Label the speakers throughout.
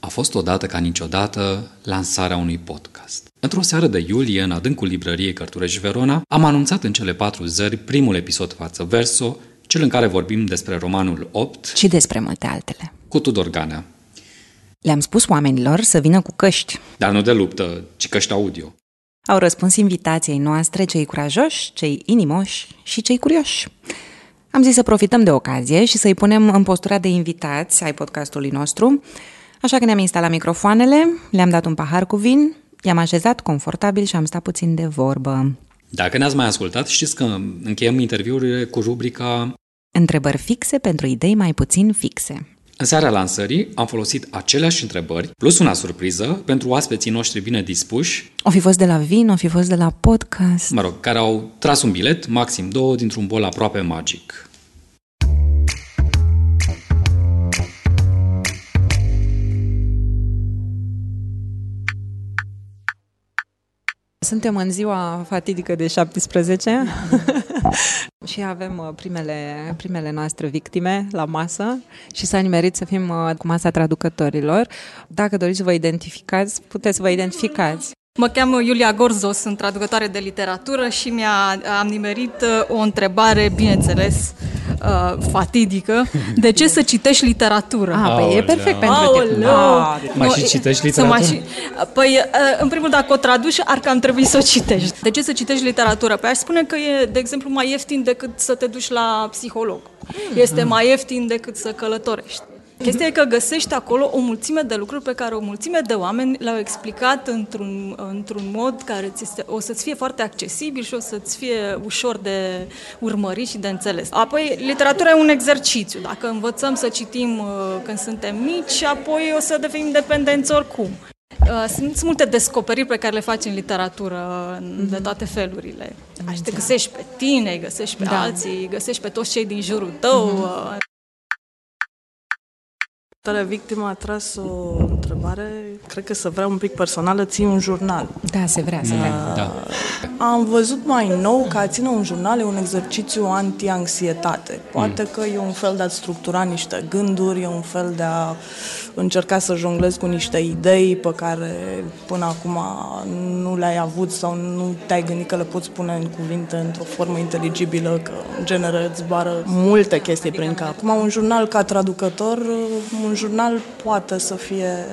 Speaker 1: A fost odată ca niciodată lansarea unui podcast. Într-o seară de iulie, în adâncul librăriei Cărturești Verona, am anunțat în cele patru zări primul episod față verso, cel în care vorbim despre romanul 8
Speaker 2: și despre multe altele.
Speaker 1: cu Tudor Ganea.
Speaker 2: Le-am spus oamenilor să vină cu căști.
Speaker 1: Dar nu de luptă, ci căști audio.
Speaker 2: Au răspuns invitației noastre cei curajoși, cei inimoși și cei curioși. Am zis să profităm de ocazie și să-i punem în postura de invitați ai podcastului nostru, așa că ne-am instalat microfoanele, le-am dat un pahar cu vin, i-am așezat confortabil și am stat puțin de vorbă.
Speaker 1: Dacă ne-ați mai ascultat, știți că încheiem interviurile cu rubrica
Speaker 2: Întrebări fixe pentru idei mai puțin fixe.
Speaker 1: În seara lansării am folosit aceleași întrebări, plus una surpriză, pentru oaspeții noștri bine dispuși,
Speaker 2: O fi fost de la vin, o fi fost de la podcast.
Speaker 1: mă rog, care au tras un bilet, maxim două, dintr-un bol aproape magic.
Speaker 2: Suntem în ziua fatidică de 17 și avem uh, primele, primele noastre victime la masă și s-a nimerit să fim uh, cu masa traducătorilor. Dacă doriți să vă identificați, puteți să vă identificați.
Speaker 3: Mă cheamă Iulia Gorzo, sunt traducătoare de literatură și mi-a am nimerit uh, o întrebare, bineînțeles, uh, fatidică. De ce să citești literatură?
Speaker 2: Ah, păi e
Speaker 1: Aoleu. deci
Speaker 2: perfect pentru tine.
Speaker 3: Aoleu!
Speaker 2: Ah,
Speaker 1: Mai și citești
Speaker 3: să mai
Speaker 1: literatură?
Speaker 3: și- Păi, uh, în primul dacă o traduci, ar cam trebui să o citești. De ce să citești literatură? Păi aș spune că e, de exemplu, mai ieftin decât să te duci la psiholog.
Speaker 2: Hmm.
Speaker 3: Este mai ieftin decât să călătorești. Chestia e că găsești acolo o mulțime de lucruri pe care o mulțime de oameni le-au explicat într-un, într-un mod care ți este, o să-ți fie foarte accesibil și o să-ți fie ușor de urmărit și de înțeles. Apoi, literatura e un exercițiu. Dacă învățăm să citim uh, când suntem mici, apoi o să devenim dependenți oricum. Uh, Sunt multe descoperiri pe care le faci în literatură, în- de toate felurile. Aș te găsești pe tine, îi găsești pe da. alții, îi găsești pe toți cei din jurul tău. uh,
Speaker 4: Tare victima a tras o întrebare, cred că să vrea un pic personală, ții un jurnal. Uh,
Speaker 2: Da, se vrea, se vrea.
Speaker 1: Da.
Speaker 4: Am văzut mai nou că a ține un jurnal e un exercițiu anti-anxietate. Poate că e un fel de a structura niște gânduri, e un fel de a încerca să jonglezi cu niște idei pe care până acum nu le-ai avut sau nu te-ai gândit că le poți pune în cuvinte într-o formă inteligibilă, că în genere îți bară multe chestii prin cap. Acum un jurnal ca traducător, un jurnal poate să fie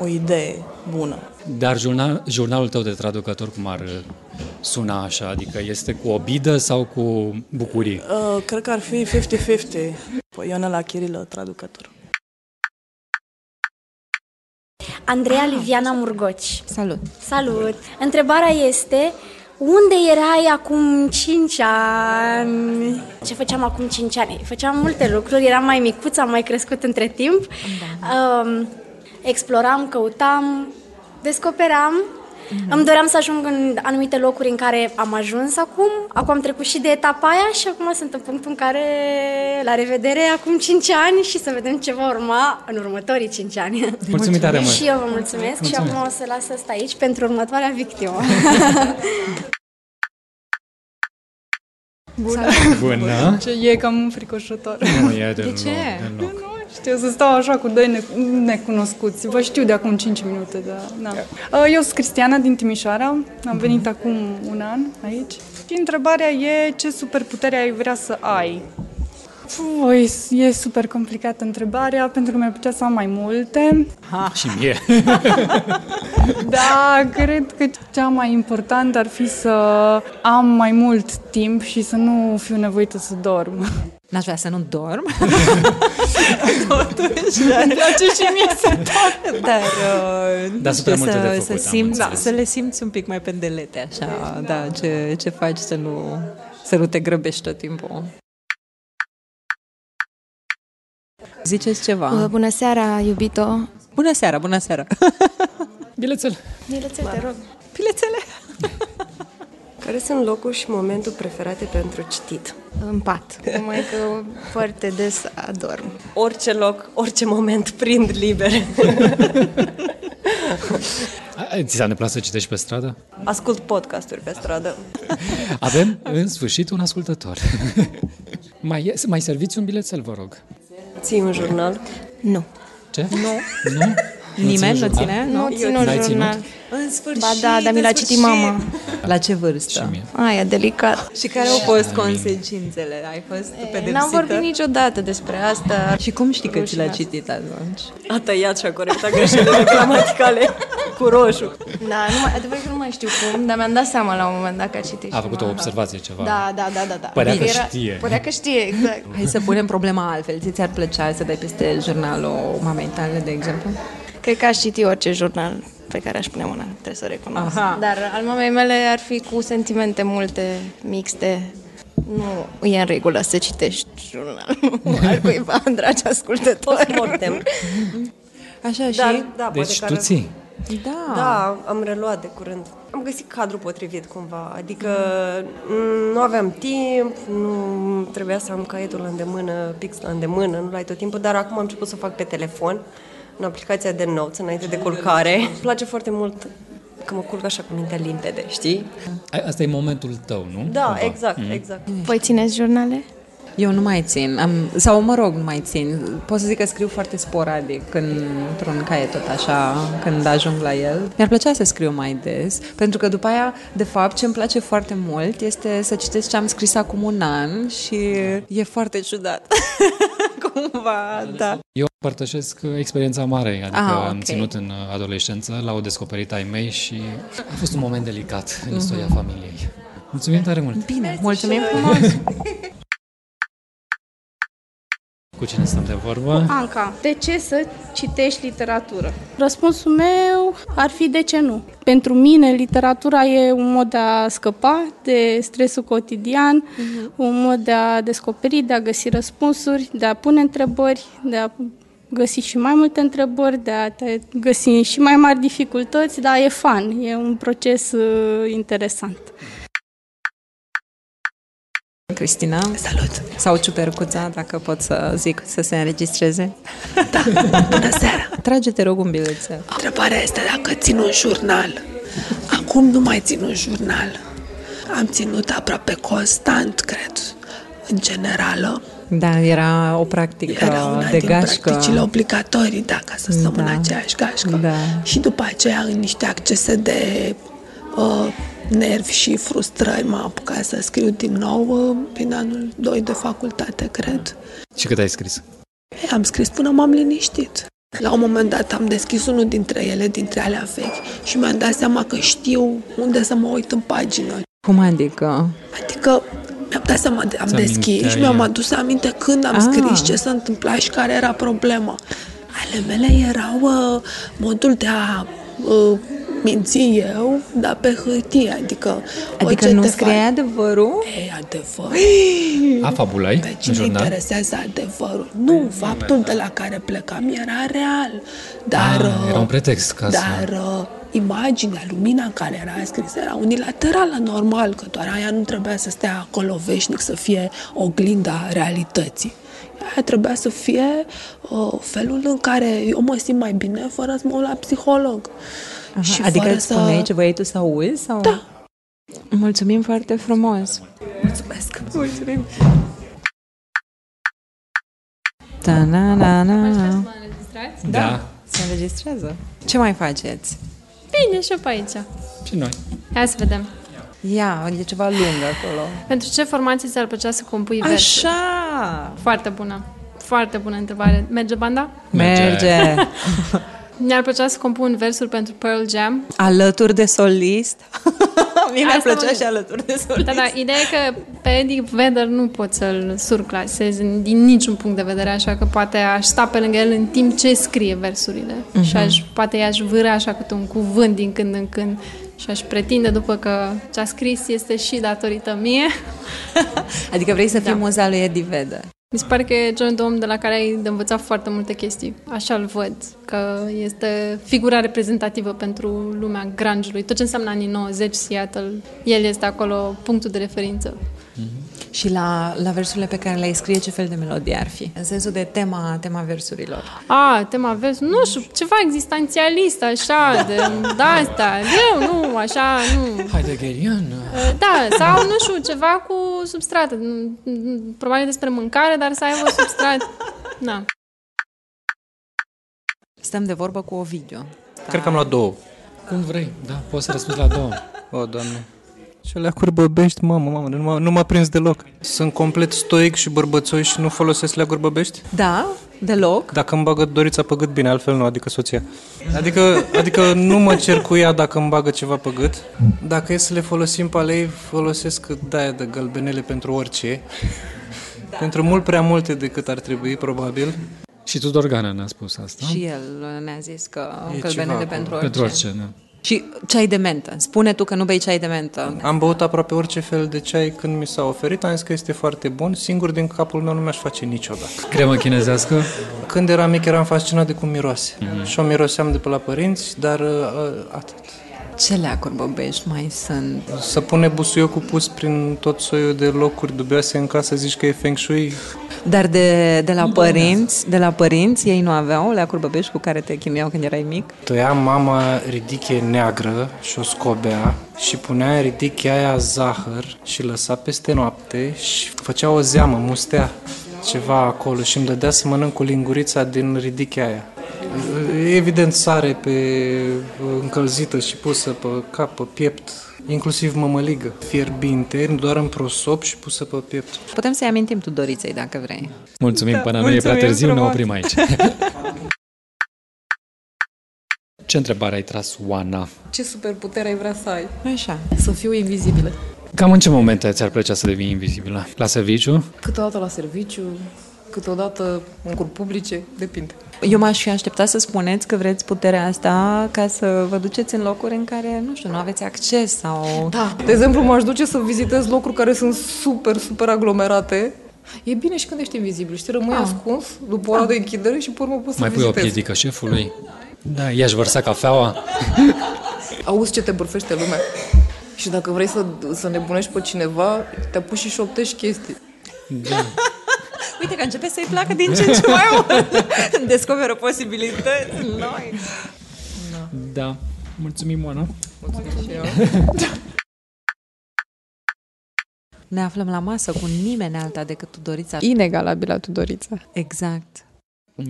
Speaker 4: o idee bună.
Speaker 5: Dar jurnal, jurnalul tău de traducător cum ar uh, suna așa? Adică este cu obidă sau cu bucurie?
Speaker 4: Uh, cred că ar fi 50-50. Păi Ionela Chirilă, traducător.
Speaker 6: Andreea Liviana Murgoci.
Speaker 2: Salut!
Speaker 6: Salut! Întrebarea este, unde erai acum 5 ani? Ce făceam acum 5 ani? Făceam multe lucruri, eram mai micuță, am mai crescut între timp. Um, exploram, căutam, descoperam. Îmi doream să ajung în anumite locuri în care am ajuns acum. Acum am trecut și de etapa aia și acum sunt în punctul în care la revedere acum 5 ani și să vedem ce va urma în următorii 5 ani.
Speaker 5: Mulțumim tare mult!
Speaker 6: Și eu vă mulțumesc, mulțumesc. și acum o să las asta aici pentru următoarea victimă.
Speaker 5: Bună!
Speaker 7: Ce e cam înfricoșător.
Speaker 5: Nu e de,
Speaker 7: ce?
Speaker 5: Deloc.
Speaker 7: Nu știu, să stau așa cu doi ne- necunoscuți. Vă știu de acum 5 minute, dar na.
Speaker 5: Da.
Speaker 7: Eu sunt Cristiana din Timișoara, am
Speaker 5: Mhm.
Speaker 7: venit acum un an aici. Și întrebarea e ce superputere ai vrea să ai? Puh, e- e super complicată întrebarea, pentru că mi-ar plăcea să am mai multe.
Speaker 5: Și mie.
Speaker 7: Da, cred că cea mai importantă ar fi să am mai mult timp și să nu fiu nevoită să dorm.
Speaker 2: N-aș vrea să nu dorm,
Speaker 7: Îmi place și mie să
Speaker 2: dar, uh,
Speaker 5: Dar
Speaker 2: nu
Speaker 5: sunt prea
Speaker 2: știu,
Speaker 5: multe de
Speaker 2: să,
Speaker 5: făcut,
Speaker 2: să,
Speaker 5: am
Speaker 2: simți, da,
Speaker 5: înțeles.
Speaker 2: să le simți un pic mai pendelete, așa, da, ce, ce faci să nu, să nu te grăbești tot timpul. Ziceți ceva.
Speaker 8: Bună seara, iubito!
Speaker 2: Bună seara, bună seara.
Speaker 5: Bilețel.
Speaker 8: Bilețel, te rog!
Speaker 2: Pilețele.
Speaker 9: Care sunt locul și momentul preferate pentru citit?
Speaker 8: În pat. Numai că foarte des adorm.
Speaker 9: Orice loc, orice moment prind liber.
Speaker 5: A, Ți s-a întâmplat să citești pe stradă?
Speaker 9: Ascult podcasturi pe stradă.
Speaker 5: Avem, în sfârșit, un ascultător. mai, e, mai serviți un bilețel, vă rog.
Speaker 9: Ții un jurnal.
Speaker 8: Nu.
Speaker 5: Ce? Nu. Nu?
Speaker 2: Nimeni nu ține?
Speaker 8: Nu țin un
Speaker 5: N-ai ținut?
Speaker 8: jurnal.
Speaker 9: În sfârșit,
Speaker 8: Ba da, dar mi l-a
Speaker 9: în
Speaker 8: citit
Speaker 9: sfârșit.
Speaker 8: mama.
Speaker 2: La ce vârstă?
Speaker 5: Și mie.
Speaker 8: Aia, delicat.
Speaker 9: Și care au fost consecințele? Ai fost pedepsită?
Speaker 8: N-am vorbit niciodată despre asta.
Speaker 2: Și cum știi că ți l-a
Speaker 8: Rușinat.
Speaker 2: citit atunci?
Speaker 9: A tăiat și a corectat greșelile gramaticale cu roșu.
Speaker 8: Da, nu mai, adevăr că nu mai știu cum, dar mi-am dat seama la un moment dat că a citit
Speaker 5: A
Speaker 8: și
Speaker 5: făcut o
Speaker 8: mama.
Speaker 5: observație ceva.
Speaker 8: Da, da, da, da. da.
Speaker 5: Părea că
Speaker 8: Era-
Speaker 5: știe.
Speaker 8: Părea că știe, exact.
Speaker 2: Hai să punem problema altfel. Ți ți-ar plăcea să dai peste jurnalul mamei tale, de exemplu?
Speaker 8: Cred că aș citi orice jurnal pe care aș pune mâna, trebuie să o recunosc.
Speaker 2: Aha.
Speaker 8: Dar al mamei mele ar fi cu sentimente multe, mixte. Nu e în regulă să citești jurnalul al cuiva, dragi ascultători.
Speaker 9: Mortem.
Speaker 2: Așa și...
Speaker 9: Dar, da, poate
Speaker 5: Deci
Speaker 9: că ar-
Speaker 5: tu ții.
Speaker 2: Da.
Speaker 9: Da, am reluat de curând. Am găsit cadrul potrivit cumva, adică
Speaker 2: Mm.
Speaker 9: m, nu aveam timp, nu trebuia să am caietul la îndemână, pix la îndemână, nu l-ai tot timpul, dar acum am început să o fac pe telefon, în aplicația de notes, înainte de culcare. Îmi place foarte mult că mă culc așa cu mintea limpede, știi?
Speaker 5: Ai- Asta e momentul tău, nu?
Speaker 9: Da,
Speaker 5: Cumva. Mm.
Speaker 9: exact, exact.
Speaker 8: Voi țineți jurnale?
Speaker 2: Mm-hmm. Eu nu mai țin. Am, sau mă rog, nu mai țin. Pot să zic că scriu foarte sporadic când, într-un caiet tot așa, când ajung la el. Mi-ar plăcea să scriu mai des, pentru că după aia, de fapt, ce îmi place foarte mult este să citesc ce am scris acum un an și e foarte ciudat. Cumva, da.
Speaker 5: Eu împărtășesc uh, experiența mare, adică
Speaker 2: Ah,
Speaker 5: ah,
Speaker 2: ok.
Speaker 5: okay. am ținut în uh, adolescență, l-au descoperit ai mei și a fost un moment delicat în istoria familiei. Mulțumim tare mult!
Speaker 2: Bine, mulțumim frumos!
Speaker 5: Cu cine stăm de vorbă?
Speaker 10: Anca, de ce să citești literatură? Răspunsul meu ar fi de ce nu. Pentru mine, literatura e un mod de a scăpa de stresul cotidian, un mod de a descoperi, de a găsi răspunsuri, de a pune întrebări, de a găsi și mai multe întrebări, de a te găsi în și mai mari dificultăți, dar e fan, e un proces uh, interesant.
Speaker 2: Cristina. Salut! Sau Ciupercuța, dacă pot să zic, să se înregistreze. Da.
Speaker 11: Bună seara!
Speaker 2: Trage-te rog un bilețel.
Speaker 11: Întrebarea este dacă țin un jurnal. Acum nu mai țin un jurnal. Am ținut aproape constant, cred, în generală.
Speaker 2: Da, era o practică
Speaker 11: Era una
Speaker 2: de
Speaker 11: din
Speaker 2: gașcă.
Speaker 11: practicile obligatorii, da, ca să stăm
Speaker 2: Da.
Speaker 11: în aceeași gașcă.
Speaker 2: Da.
Speaker 11: Și după aceea, în niște accese de uh, nervi și frustrări, m-am apucat să scriu din nou uh, prin anul 2 de facultate, cred.
Speaker 5: Și cât ai scris?
Speaker 11: Ei, Păi, Am scris până m-am liniștit. La un moment dat am deschis unul dintre ele, dintre alea vechi, și mi-am dat seama că știu unde să mă uit în pagină.
Speaker 2: Cum adică?
Speaker 11: Adică mi-am dat seama, de, am
Speaker 5: Ți-aminteai-
Speaker 11: deschis și mi-am adus aminte când am
Speaker 2: Ah.
Speaker 11: scris, ce s-a întâmplat și care era problema. Ale mele erau uh, modul de a uh, minți eu, dar pe hârtie, adică
Speaker 2: Adică
Speaker 11: orice
Speaker 2: nu
Speaker 11: te
Speaker 2: scrie
Speaker 11: fac-
Speaker 2: adevărul?
Speaker 11: E adevăr.
Speaker 5: A fabulai
Speaker 11: Pe
Speaker 5: în
Speaker 11: cine
Speaker 5: jurnal? Păi,
Speaker 11: interesează adevărul? Nu, faptul de la care plecam era real, dar...
Speaker 5: Ah,
Speaker 11: uh,
Speaker 5: era un da. pretext ca să-
Speaker 11: Dar uh, imaginea, lumina în care era scris era unilaterală, normal, că doar aia nu trebuia să stea acolo veșnic, să fie oglinda realității. Aia trebuia să fie uh, felul în care eu mă simt mai bine fără să mă uit la psiholog.
Speaker 2: Aha, adică îți spuneai ce voiai tu să auzi? Sau?
Speaker 11: Da.
Speaker 2: Mulțumim foarte frumos!
Speaker 11: Mulțumesc! Mulțumim!
Speaker 2: Da, na, na, na.
Speaker 5: Da.
Speaker 2: Se înregistrează. Ce mai faceți?
Speaker 12: Bine, și eu pe aici.
Speaker 5: Și noi.
Speaker 12: Hai să vedem.
Speaker 2: Ia, e ceva lung acolo.
Speaker 12: Pentru ce formație ți-ar plăcea să compui versuri?
Speaker 2: Așa!
Speaker 12: Foarte bună. Foarte bună întrebare. Merge banda?
Speaker 5: Merge.
Speaker 2: Merge!
Speaker 12: Mi-ar plăcea să compun versuri pentru Pearl Jam.
Speaker 2: Alături de solist? Mie mi-ar
Speaker 12: Asta mă
Speaker 2: plăcea
Speaker 12: gândesc.
Speaker 2: și alături de solist.
Speaker 12: Da, da, ideea e că pe Eddie Vedder nu pot să-l surclasez în- din niciun punct de vedere, așa că poate aș sta pe lângă el în timp ce scrie versurile
Speaker 2: Mhm.
Speaker 12: și aș, poate i-aș vâra așa câte un cuvânt din când în când și aș pretinde după că ce a scris este și datorită mie.
Speaker 2: Adică vrei să fii muza lui Eddie Vedder.
Speaker 12: Mi se pare că e genul de om de la care ai de învățat foarte multe chestii. Așa îl văd, că este figura reprezentativă pentru lumea grunge-ului. Tot ce înseamnă anii 90, Seattle, el este acolo punctul de referință.
Speaker 2: Și la, la versurile pe care le-ai scrie, ce fel de melodie ar fi? În sensul de tema, tema versurilor.
Speaker 12: A, tema vers, nu știu, ceva existențialist, așa, de, de asta, greu, nu, așa, nu.
Speaker 5: Heideggerian.
Speaker 12: Da, sau, nu știu, ceva cu substrat. Probabil despre mâncare, dar să aibă substrat. Da.
Speaker 2: Stăm de vorbă cu Ovidiu.
Speaker 13: Cred că am luat două.
Speaker 5: Cum vrei, da, poți să răspunzi la două.
Speaker 13: O, doamne. Și alea curbăbești, mamă, mamă, nu m-a, nu m-a prins deloc. Sunt complet stoic și bărbățoi și nu folosesc la curbăbești?
Speaker 2: Da, deloc.
Speaker 13: Dacă îmi bagă dorița pe gât, bine, altfel nu, adică soția. Adică, adică nu mă cer cu ea dacă îmi bagă ceva pe gât. Dacă e să le folosim pe alei, folosesc de de galbenele pentru orice. Da. Pentru mult prea multe decât ar trebui, probabil.
Speaker 5: Și Tudor Ganea ne-a spus asta.
Speaker 2: Și el ne-a zis că
Speaker 13: E ceva
Speaker 2: călbenele
Speaker 13: acolo.
Speaker 2: pentru orice.
Speaker 5: Pentru orice, da.
Speaker 2: Și ceai de mentă. Spune tu că nu bei ceai de mentă.
Speaker 13: Am băut aproape orice fel de ceai când mi s-a oferit, am zis că este foarte bun, singur din capul meu nu mi-aș face niciodată.
Speaker 5: Cremă chinezească?
Speaker 13: Când eram mic eram fascinat de cum miroase mm-hmm. și o miroseam de pe la părinți, dar uh, atât.
Speaker 2: Ce leacuri băbești mai sunt?
Speaker 13: Să pune busuiocul pus prin tot soiul de locuri dubioase în casă, zici că e Feng Shui?
Speaker 2: Dar de, de la părinți, de la părinți, ei nu aveau leacuri băbești cu care te chinuiau când erai mic?
Speaker 13: Tăia mama ridiche neagră și o scobea și punea în ridiche aia zahăr și lăsa peste noapte și făcea o zeamă, mustea ceva acolo și îmi dădea să mănânc cu lingurița din ridiche aia. E Evident, sare pe încălzită și pusă pe cap, pe piept, inclusiv mămăligă, fierbinte, doar în prosop și pusă pe piept.
Speaker 2: Putem să-i amintim tu Doriței dacă vrei.
Speaker 5: Mulțumim,
Speaker 13: Da,
Speaker 5: da, până nu e prea
Speaker 13: mulțumim
Speaker 5: târziu, ne
Speaker 13: frumos.
Speaker 5: oprim aici. Ce întrebare ai tras, Oana?
Speaker 14: Ce superputere ai vrea să ai?
Speaker 2: Așa.
Speaker 14: Să fiu invizibilă.
Speaker 5: Cam în ce momente ți-ar plăcea să devii invizibilă? La serviciu?
Speaker 14: Câteodată la serviciu, câteodată în cur publice, depinde.
Speaker 2: Eu m-aș fi așteptat să spuneți că vreți puterea asta ca să vă duceți în locuri în care, nu știu, nu aveți acces sau...
Speaker 14: Da. De exemplu, m-aș duce să vizitez locuri care sunt super, super aglomerate. E bine și când ești invizibil, știi, rămâi
Speaker 2: Ah.
Speaker 14: ascuns după ora de închidere și pe urmă poți să
Speaker 5: Mai pui o
Speaker 14: vizitezi.
Speaker 5: piedică șefului? Da, i-aș vărsa cafeaua?
Speaker 14: Auzi ce te bârfește lumea. Și dacă vrei să, să nebunești pe cineva, te apuci și șoptești chestii.
Speaker 5: Da.
Speaker 2: Uite că începe să-i placă din ce în ce mai mult. Descoperă posibilități noi.
Speaker 5: Da. Mulțumim, Oana.
Speaker 2: Ne aflăm la masă cu nimeni alta decât Tudorița.
Speaker 15: Inegalabilă Tudorița.
Speaker 2: Exact.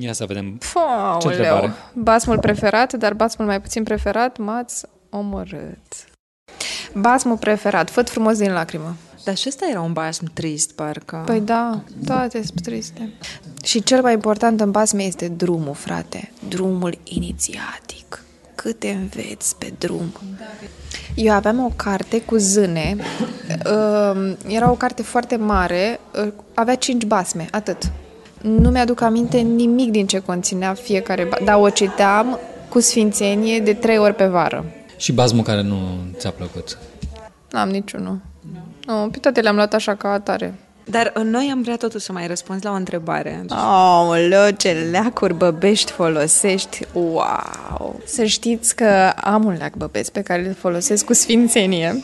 Speaker 5: Ia să vedem.
Speaker 15: Pau,
Speaker 5: Ce întrebare?
Speaker 15: Basmul preferat, dar basmul mai puțin preferat, m-ați omorât. Basmul preferat, făt frumos din lacrimă.
Speaker 2: Dar și ăsta era un basm trist, parcă.
Speaker 15: Păi
Speaker 8: Mm.
Speaker 15: da, toate sunt triste. Și cel mai important în basme este drumul, frate. Drumul inițiatic. Câte înveți pe drum. Eu aveam o carte cu zâne. Um, Era o carte foarte mare. uh, Avea cinci basme, atât. Nu mi-aduc aminte nimic din ce conținea fiecare, ba- dar o citeam cu sfințenie de trei ori pe vară.
Speaker 5: Și bazmul care nu ți-a plăcut.
Speaker 15: N-am niciunul. Nu, pe toate le-am luat așa ca atare.
Speaker 2: Dar uh, noi am vrea totuși să mai răspunzi la o întrebare.
Speaker 15: Aoleo, ce leacuri băbești folosești! Wow! Să știți că am un leac băbești pe care îl folosesc cu sfințenie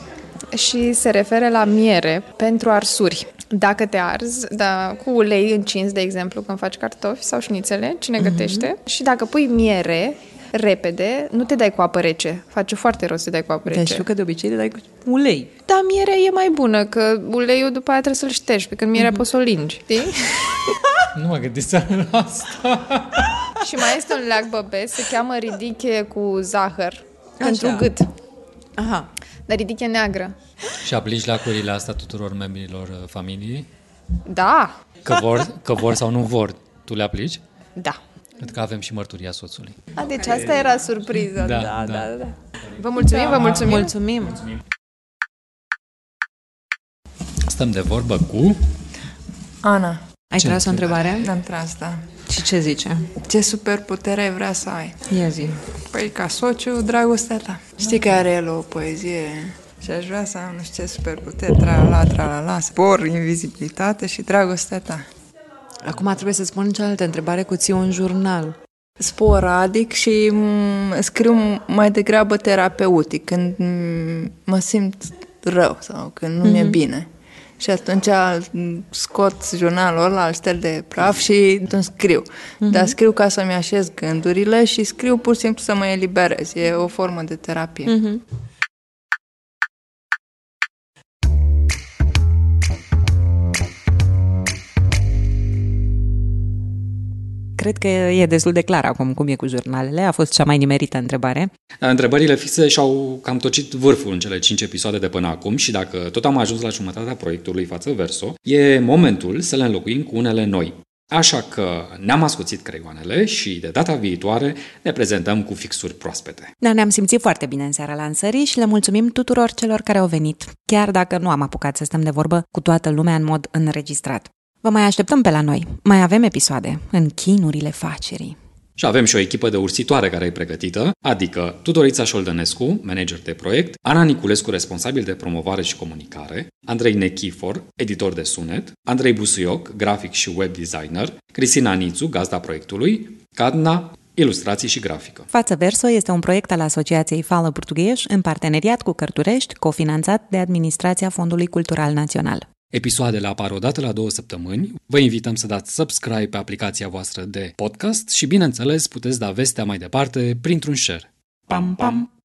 Speaker 15: și se referă la miere pentru arsuri. Dacă te arzi, da, cu ulei încins, de exemplu, când faci cartofi sau șnițele, cine
Speaker 16: Mhm.
Speaker 15: gătește, și dacă pui miere repede, nu te dai cu apă rece. Face foarte rău să te dai cu apă
Speaker 2: Dar
Speaker 15: rece.
Speaker 2: știu că de obicei le dai cu ulei.
Speaker 15: Da, mierea e mai bună, că uleiul după aia trebuie să-l ștergi, pe când
Speaker 2: Mhm.
Speaker 15: mierea poți să o lingi, știi?
Speaker 5: Nu mă gândeam la asta.
Speaker 15: Și mai este un leac băbesc, se cheamă ridiche cu zahăr, pentru gât. Aha. Dar ridiche neagră.
Speaker 5: Și aplici lacurile astea tuturor membrilor uh, familiei?
Speaker 15: Da,
Speaker 5: Că vor, că vor sau nu vor, tu le aplici?
Speaker 15: da.
Speaker 5: Pentru că avem și mărturia soțului.
Speaker 15: A, deci asta era surpriza.
Speaker 5: Da, Da, da, da. da.
Speaker 15: Vă mulțumim,
Speaker 2: Da.
Speaker 15: vă mulțumim.
Speaker 2: Mulțumim.
Speaker 5: Stăm de vorbă cu...
Speaker 16: Ana.
Speaker 2: Ai
Speaker 5: Ce
Speaker 2: tras o întrebare?
Speaker 16: Am tras, da.
Speaker 2: Și ce zice?
Speaker 16: Ce superputere ai vrea să ai?
Speaker 2: Ia zi.
Speaker 16: Păi ca sociu, dragostea ta. Știi că are el o poezie și aș vrea să am nu știu ce superputere, tra-la-la, tra-la-la, spor, invizibilitate și dragostea ta.
Speaker 2: Acum trebuie să spun cealaltă întrebare cu ții un jurnal.
Speaker 16: sporadic și m- scriu mai degrabă terapeutic, când m- mă simt rău sau când nu mi-e
Speaker 2: Mhm.
Speaker 16: bine. Și atunci m, scot jurnalul ăla, îl șterg de praf și îmi scriu.
Speaker 2: Mhm.
Speaker 16: Dar scriu ca să-mi așez gândurile și scriu pur și simplu să mă eliberez. E o formă de terapie.
Speaker 4: Mhm.
Speaker 2: Cred că e destul de clar acum cum e cu jurnalele. A fost cea mai nimerită întrebare.
Speaker 1: Întrebările fixe și-au cam tocit vârful în cele 5 episoade de până acum și dacă tot am ajuns la jumătatea proiectului față verso, e momentul să le înlocuim cu unele noi. Așa că ne-am ascuțit creioanele și de data viitoare ne prezentăm cu fixuri proaspete.
Speaker 2: Dar ne-am simțit foarte bine în seara lansării și le mulțumim tuturor celor care au venit, chiar dacă nu am apucat să stăm de vorbă cu toată lumea în mod înregistrat. Vă mai așteptăm pe la noi. Mai avem episoade în chinurile facerii.
Speaker 1: Și avem și o echipă de ursitoare care e pregătită, adică Tudorița Șoldănescu, manager de proiect, Ana Niculescu, responsabil de promovare și comunicare, Andrei Nechifor, editor de sunet, Andrei Busuioc, grafic și web designer, Cristina Nițu, gazda proiectului, Cadna, ilustrații și grafică.
Speaker 2: Față Verso este un proiect al Asociației Fală Portugheș în parteneriat cu Cărturești, cofinanțat de Administrația Fondului Cultural Național.
Speaker 1: Episoadele apar odată la două săptămâni. Vă invităm să dați subscribe pe aplicația voastră de podcast și, bineînțeles, puteți da vestea mai departe printr-un share.
Speaker 2: Pam, pam!